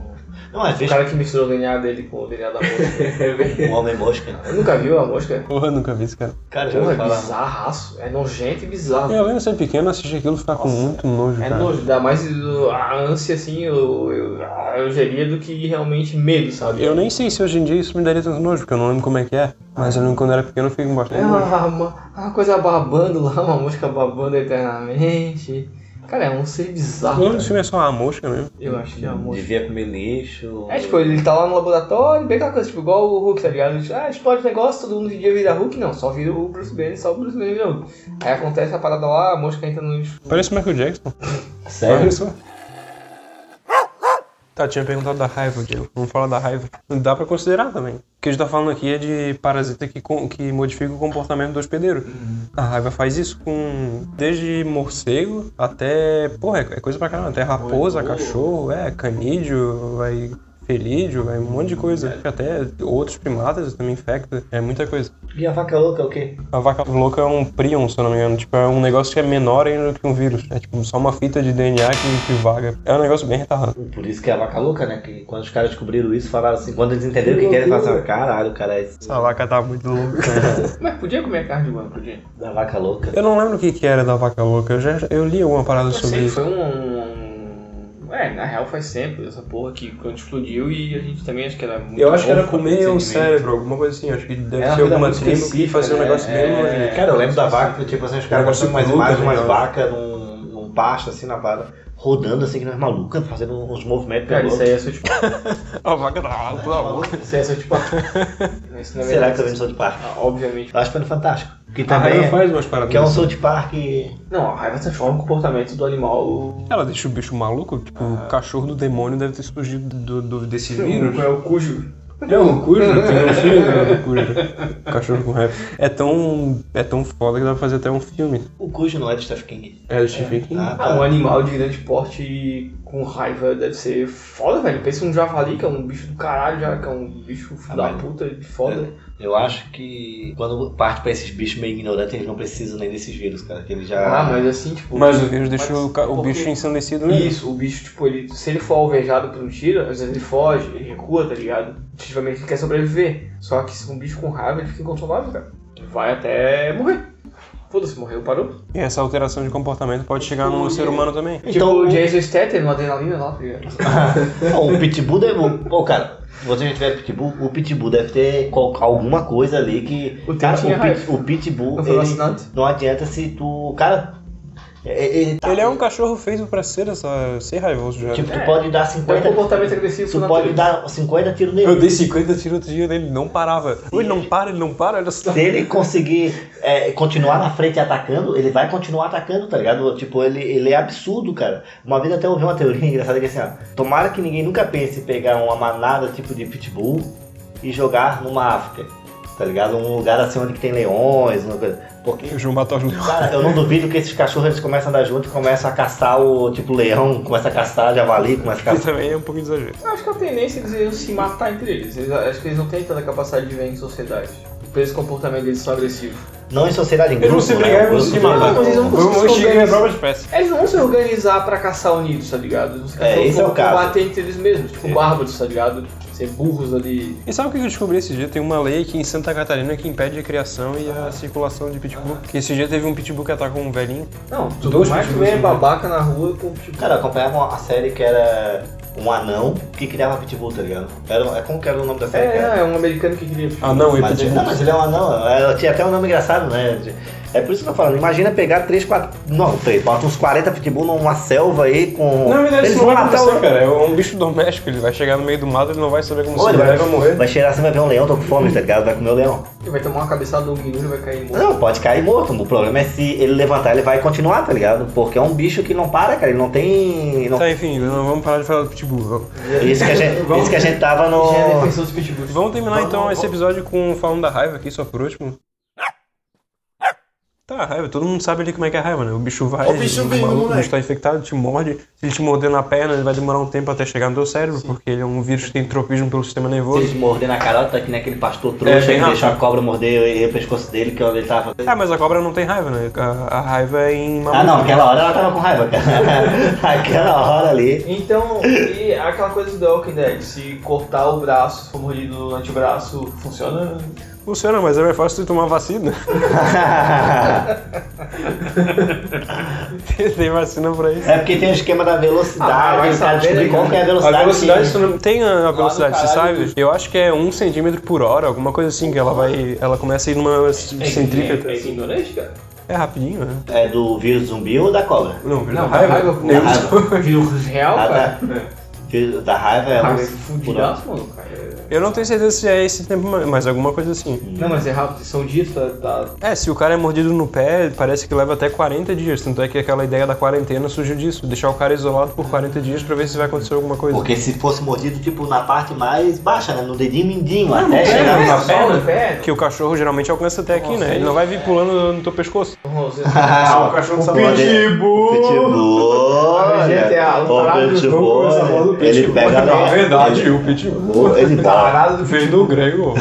S3: Não, é
S2: O
S3: Vespa
S2: cara que misturou o DNA dele com o DNA da mosca.
S3: um homem mosca.
S2: Eu nunca viu a mosca?
S1: assim. Porra, nunca vi isso, cara.
S3: Cara, já
S2: Porra,
S3: ouvi
S2: é
S3: falar.
S2: bizarraço. É nojento e bizarro.
S1: Eu lembro de ser pequeno, assistir aquilo ficar com muito nojo,
S2: É
S1: cara.
S2: nojo, dá mais uh, a ânsia assim, eu, eu, ah, eu geria do que realmente medo, sabe?
S1: Eu nem sei se hoje em dia isso me daria tanto nojo, porque eu não lembro como é que é. Mas eu lembro que quando eu era pequeno eu fiquei com
S2: É
S1: bastante nojo.
S2: uma, uma- uma coisa babando lá, uma mosca babando eternamente. Cara, é um ser
S1: O
S2: bizarro.
S1: nome do
S2: cara.
S1: filme é só a mosca mesmo.
S2: Eu acho que é a mosca.
S3: Devia comer lixo.
S2: É tipo, ele tá lá no laboratório, bem aquela coisa, tipo, igual o Hulk, tá ligado? Ele, Ah, explode o negócio, todo mundo devia virar Hulk. Não, só vira o Bruce Banner, só o Bruce Banner vira Hulk. Aí acontece a parada lá, a mosca entra no
S1: Parece o Michael Jackson.
S3: Sério?
S1: Olha só. Tá, tinha perguntado da raiva, Diego. Vamos falar da raiva. Dá pra considerar também. O que a gente tá falando aqui é de parasita que, com- que modifica o comportamento do hospedeiro. A raiva faz isso com. Desde morcego até. Porra, é coisa pra caramba. Até raposa, cachorro, é, canídeo, vai. Felídeo, vai um monte de coisa. Até outros primatas também infecta. É muita coisa.
S3: E a vaca louca é o quê?
S1: A vaca louca é um prion, se eu não me engano. Tipo, é um negócio que é menor ainda que um vírus. É tipo só uma fita de DNA que, que vaga. É um negócio bem retardado.
S3: Por isso que é a vaca louca, né? Que quando os caras descobriram isso, falaram assim, quando eles entenderam o que, que era, eles falaram assim, caralho, cara, isso
S1: Essa vaca tá muito louca.
S2: Mas podia comer carne de humano, podia?
S3: da vaca louca.
S1: Eu não lembro o que, que era da vaca louca. Eu, já, eu li alguma parada
S2: Eu sei
S1: sobre
S2: que
S1: isso.
S2: foi um, um- É, na real faz sempre essa porra que quando explodiu e a gente também acho que era um muito. assim, ovo, entretenimento.
S1: um alguma coisa assim. Acho que deve
S3: um É, ser alguma muito tribo que específica, fazia um né? negócio
S2: bem longe.
S3: Cara, eu lembro da vaca, tipo assim, os caras mostrando umas
S1: Louca,
S3: imagens, umas
S1: né?
S3: vacas num, num pasto, assim, na parada, rodando assim, que nós maluca, fazendo uns movimentos
S2: Cara, isso
S3: loucos.
S2: aí é só tipo.
S1: A vaca tá louca.
S2: Isso aí é só tipo. Isso, na
S3: Será
S2: verdade,
S3: que tá também não sou de parque?
S2: Ah, Obviamente.
S3: Eu acho que foi no Fantástico. Que
S1: A
S3: também
S1: raiva
S3: é,
S1: faz umas paradas.
S3: que é um
S1: assim.
S3: South Park.
S2: Não, a raiva transforma o comportamento do animal.
S1: Ela deixa o bicho maluco. Tipo,
S3: Ah.
S1: o cachorro do demônio deve ter surgido do, do- desse vírus.
S2: É o cujo.
S1: É um cujo, tem um filme do cujo. Cachorro com raiva. É tão, é tão foda que dá pra fazer até um filme.
S3: O cujo não é do Stephen King.
S1: É do Stephen King.
S3: Ah,
S2: Ah, um
S3: tá.
S2: animal de grande porte com raiva deve ser foda, velho. Pensa um javali, que é um bicho do caralho, já, que é um bicho
S3: Ah,
S2: da
S3: mas-
S2: puta, de foda.
S3: Eu acho que quando parte pra esses bichos meio ignorantes, eles não precisam nem desses vírus, cara. Que eles já.
S2: Ah, mas assim, tipo.
S1: Mas o vírus deixou o, ca- o
S2: porque-
S1: bicho ensandecido
S3: Uhum.
S1: né? mesmo.
S2: Isso, o bicho, tipo, ele, se ele for alvejado por um tiro, às vezes ele foge, ele recua, tá ligado? Instintivamente ele quer sobreviver. Só que se um bicho com raiva, ele fica incontrolável, cara. Ele vai até morrer. Foda-se, morreu, parou. Tipo,
S1: E essa alteração de comportamento pode chegar no
S2: Ui.
S1: ser humano também.
S2: Tipo
S3: Então,
S2: o Jason Statham no Adrenalina lá, tá ligado?
S3: Não, o Pitbull deve. Pô, cara, se você já tiver Pitbull, o Pitbull deve ter qual- alguma coisa ali que.
S2: O
S3: cara,
S2: Tim tinha
S3: o,
S2: raiva. assim,
S3: o Pitbull.
S2: Não foi
S3: Ele,
S2: vacinado?
S3: não adianta se tu. Cara. é- Ele, tá-
S1: Ele é um cachorro feito pra ser, essa, ser raivoso já.
S3: Tipo, tu
S2: É.
S3: pode dar
S2: É um
S3: 50.
S2: comportamento agressivo
S3: Tu
S2: por
S3: pode
S2: natureza.
S3: dar 50 tiros nele.
S1: eu dei 50 tiros outro dia dele, não parava. Ou ele não para, ele não para, olha só.
S3: Se ele conseguir é, continuar na frente atacando, ele vai continuar atacando, tá ligado? Tipo, ele, ele é absurdo, cara. Uma vez até eu ouvi uma teoria engraçada que assim, ó, tomara que ninguém nunca pense em pegar uma manada tipo de pitbull e jogar numa África, tá ligado? Um lugar assim onde que tem leões, uma coisa. Porque,
S1: Eu vou matar os leões.
S3: cara, eu não duvido que esses cachorros eles começam a andar junto e começam a caçar o tipo leão, começam a caçar javali, começam a
S1: Ele
S3: caçar.
S1: também é um pouquinho exagero.
S2: Eu acho que a tendência é eles iam se matar entre eles. Eles- Acho que eles não têm tanta capacidade de viver em sociedade. Por esse comportamento deles são agressivos.
S3: Não em sociedade em grupo, né?
S1: vão
S3: Grupo,
S2: matar.
S3: né?
S2: Mas eles vão
S1: Vamos
S2: conseguir
S1: chegar
S2: sobreviver.
S1: na própria espécie.
S2: Eles não vão se organizar pra caçar unidos, tá ligado? Eles vão se
S3: É,
S2: caçar-
S3: esse é o
S2: vão
S3: caso. É.
S2: combater entre eles mesmos, tipo bárbaros, tá ligado? Ser burros ali.
S1: E sabe o que eu descobri esse dia? Tem uma lei aqui em Santa Catarina que impede a criação e a circulação de pitbull. Que esse dia teve um pitbull que atacou um velhinho.
S2: Não, tudo
S1: Dois
S2: mais que
S1: pitbulls,
S2: vem
S1: né?
S2: é babaca na rua com tipo.
S3: Cara, eu acompanhava a série que era um anão que criava pitbull, tá ligado? Era, é como que era o nome da
S2: É,
S3: série? cara?
S2: é, é um americano que queria.
S1: Ah não, e
S3: Mas, ele-
S1: pitbull.
S3: não, mas ele é um anão. Ela tinha até um nome engraçado, né? De- É por isso que eu tô falando, imagina pegar 3, 4. Não, 3, bota uns 40 pitbull numa selva aí com.
S1: Na verdade,
S3: eles
S1: isso não
S3: vão
S1: vai
S3: matar
S1: acontecer,
S3: o.
S1: cara. É um bicho doméstico, ele vai chegar no meio do mato, ele não vai saber como
S3: Olha,
S1: se vai, vai morrer.
S3: Vai cheirar, você vai ver um leão, tô com fome, tá ligado? Vai comer o leão.
S2: Ele vai tomar uma cabeçada do Guilherme e vai cair morto.
S3: Não, pode cair morto. O problema é se ele levantar, ele vai continuar, tá ligado? Porque é um bicho que não para, cara. Ele não tem. não-
S1: Tá, enfim, não, vamos parar de falar do Pitbull.
S3: É Isso, que a gente, isso que a gente tava no.
S2: Já é defensor dos pitbulls.
S1: Vamos terminar então esse episódio com falando da raiva aqui, só por último. Tá, a raiva, todo mundo sabe ali como é que é a raiva, né? O bicho vai,
S5: O bicho vem,
S1: maluco,
S5: moleque.
S1: bicho tá infectado, te morde. Se ele te morder na perna, ele vai demorar um tempo até chegar no teu cérebro, porque ele é um vírus que tem tropismo pelo sistema
S3: Se
S1: nervoso.
S3: ele morder na carota, que nem aquele pastor
S1: É,
S3: trouxa
S1: bem
S3: que
S1: rápido.
S3: deixou a cobra morder o- o pescoço dele, que é ele tava.
S2: Tá
S1: Ah, mas a cobra não tem raiva, né? A, a raiva é em
S3: Ah
S1: mamute.
S3: não, aquela hora ela tava com raiva, cara. aquela hora ali.
S2: Então, e aquela coisa do The Walking Dead, se cortar o braço, se for mordido no antebraço, funciona?
S1: Funciona, mas é mais fácil de tomar vacina. tem vacina pra isso.
S3: é porque tem o esquema da
S2: Ah,
S3: velocidade,
S2: vai
S3: o
S2: saber,
S3: cara descobrir
S2: né,
S3: qual que é a
S1: A
S3: velocidade.
S1: velocidade,
S3: que-
S1: tu não- tem a a velocidade, você
S2: caralho.
S1: sabe? Eu acho que é um centímetro por hora, alguma coisa assim, que ela vai. Ela começa a ir numa centrípeta.
S2: É ignorante, cara.
S1: É rapidinho, né?
S3: É do vírus zumbi ou da cobra?
S1: Não,
S2: Não,
S1: raiva.
S2: raiva, pô.
S1: Eu-
S3: Raiva.
S2: Vírus real,
S3: Ah,
S2: cara.
S3: Vírus da raiva é
S2: Raiva é
S3: um furado.
S2: fudidaço, mano, cara.
S1: Eu não tenho certeza se é esse tempo, mas alguma coisa assim.
S2: Não, mas é rápido, são dias, tá, tá-
S1: É, se o cara é mordido no pé, parece que leva até 40 dias. Tanto é que aquela ideia da quarentena surgiu disso. Deixar o cara isolado por 40 dias pra ver se vai acontecer alguma coisa.
S3: Porque se fosse mordido, tipo, na parte mais baixa, né? No dedinho mindinho, até chegar
S2: né?
S1: é,
S3: no
S1: na perna?
S2: no pé.
S1: Que o cachorro geralmente alcança até aqui, né? Ele não vai vir pulando no teu pescoço.
S3: Ah,
S1: o cachorro sabe.
S3: Pitbull!
S2: GTA,
S3: Pô,
S2: parado é do jogo,
S3: Pitbull,
S2: essa bola do
S3: Ele
S2: Pitbull.
S3: pega
S2: É
S3: na Ele,
S1: o Pitbull.
S3: ele dá.
S2: Parado do
S1: Veio do grego.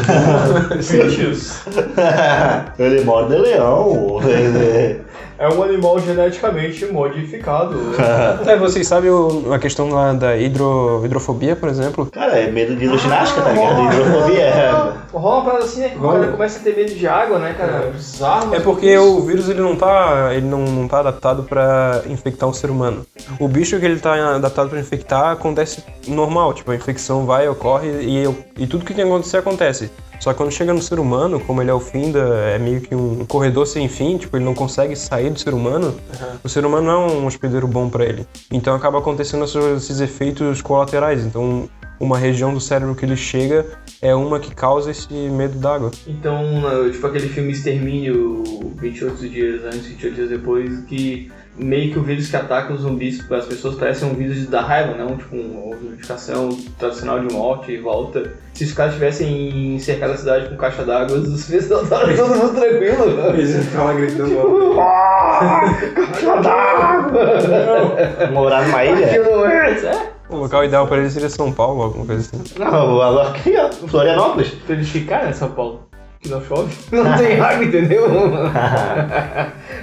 S3: ele morde leão. Ele-
S2: É um animal geneticamente modificado.
S1: É, vocês sabem o- a questão lá da hidro, hidrofobia, por exemplo?
S3: Cara, é medo de hidroginástica, tá ligado? Hidrofobia. é-
S2: Rola uma parada assim, né? que O cara começa a ter medo de água, né, cara? É bizarro.
S1: É
S2: mas-
S1: porque o vírus ele não tá, ele não, não tá adaptado pra infectar um ser humano. O bicho que ele tá adaptado pra infectar acontece normal, tipo, a infecção vai, ocorre e, eu- e tudo que tem que acontecer acontece. Só que quando chega no ser humano, como ele é o fim da. é meio que um corredor sem fim, tipo, ele não consegue sair do ser humano, o ser humano não é um hospedeiro bom pra ele. Então acaba acontecendo esses, esses efeitos colaterais. Então, uma região do cérebro que ele chega é uma que causa esse medo d'água.
S2: Então, na- tipo aquele filme Extermínio, 28 dias antes, 28 dias depois, que meio que o vírus que ataca os zumbis, as pessoas parece um vírus da raiva, não? Tipo, uma notificação tradicional de morte e volta. Se os caras tivessem cercado a cidade com caixa d'água, os zumbis não estavam todo mundo tranquilo. né?
S1: Eles ficam gritando.
S2: Caixa d'água!
S3: Morar numa
S2: Que
S3: ilha?
S2: não é, sério?
S1: O Um local ideal pra ele seria São Paulo, alguma coisa assim.
S3: Não, agora aqui, ó. Florianópolis.
S2: Pra eles ficarem em né, São Paulo. Que não chove. Não tem água, entendeu?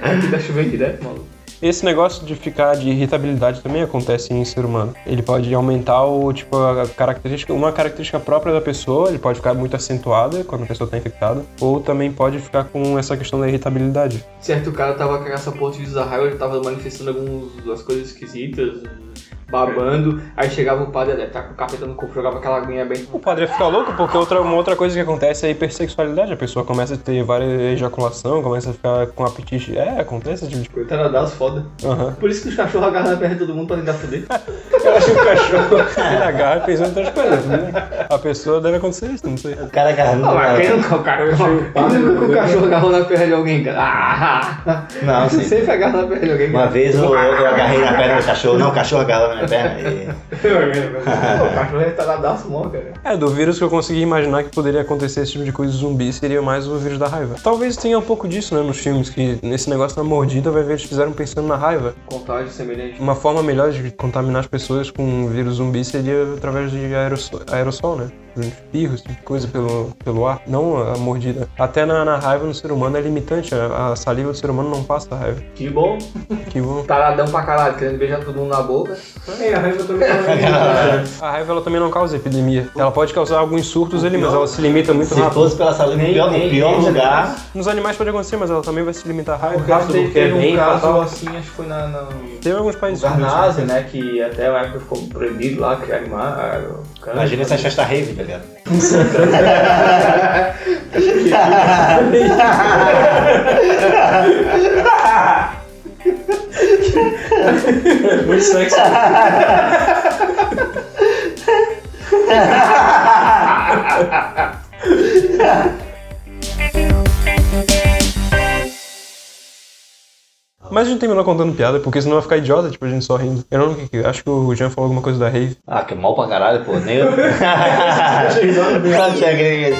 S2: Aqui tá chovendo direto, maluco.
S1: Esse negócio de ficar de irritabilidade também acontece em ser humano. Ele pode aumentar o tipo a característica, uma característica própria da pessoa, ele pode ficar muito acentuada quando a pessoa tá infectada, ou também pode ficar com essa questão da irritabilidade.
S2: Certo, o cara tava com essa portuguesa da raiva, ele tava manifestando algumas coisas esquisitas, babando. Aí chegava o padre, ele tá com o capeta no corpo, jogava aquela aguinha bem.
S1: O padre fica louco porque outra uma outra coisa que acontece é a hipersexualidade, a pessoa começa a ter várias ejaculação, começa a ficar com apetite. É, acontece esse tipo de coisa.
S2: Coitadadas, foda. É
S1: Aham.
S2: Por isso que os cachorros agarram na perna de todo mundo pra tentar foder.
S1: Eu acho que o cachorro ele agarra e pensa em outras coisas, né? A pessoa deve acontecer isso, não sei.
S3: O cara agarrando.
S2: Não, mas quem
S3: Não,
S2: nunca o cachorro? Quem nunca o cachorro agarrou na perna de alguém, cara? Ah!
S3: não sim.
S2: Sempre agarra na perna de alguém,
S3: Uma
S2: cara.
S3: vez eu, eu agarrei na perna do cachorro. Não, o cachorro agarrou na minha perna. E...
S2: Pô, o cachorro é retardadaço, mó, cara.
S1: É, do vírus que eu consegui imaginar que poderia acontecer esse tipo de coisa zumbi seria mais o vírus da raiva. Talvez tenha um pouco disso, né, nos filmes, que nesse negócio da mordida vai ver eles fizeram pensando na raiva.
S2: Contágio semelhante.
S1: Uma forma melhor de contaminar as pessoas com o vírus zumbi seria através de aerossol, aerossol né? Por espirros, tipo de coisa pelo, pelo ar, não a mordida. Até na, na raiva no ser humano é limitante, a, a saliva do ser humano não passa a raiva.
S2: Que bom.
S1: Que bom.
S2: Taradão pra caralho, querendo beijar todo mundo na boca. É,
S1: A raiva ela também não causa epidemia. Ela pode causar alguns surtos ali, mas ela se limita muito
S3: Se
S1: rápido.
S3: fosse pela saúde, o pior, o pior lugar.
S1: Nos animais pode acontecer, mas ela também vai se limitar à
S2: Ah,
S3: É.
S1: raiva. é
S2: Teve um caso um assim, acho que foi na, na-
S1: Teve alguns países
S2: lugar na Ásia, né? Que até a que ficou proibido lá é criar animar.
S3: Imagina se achasse da rave, tá ligado?
S2: Muito sexy.
S1: Mas a gente terminou contando piada, porque senão vai ficar idiota, tipo, a gente só rindo. Eu não lembro o que que. Acho que o Jean falou alguma coisa da rave.
S3: Ah, que mal pra caralho, pô. Nem eu. Não cheguei.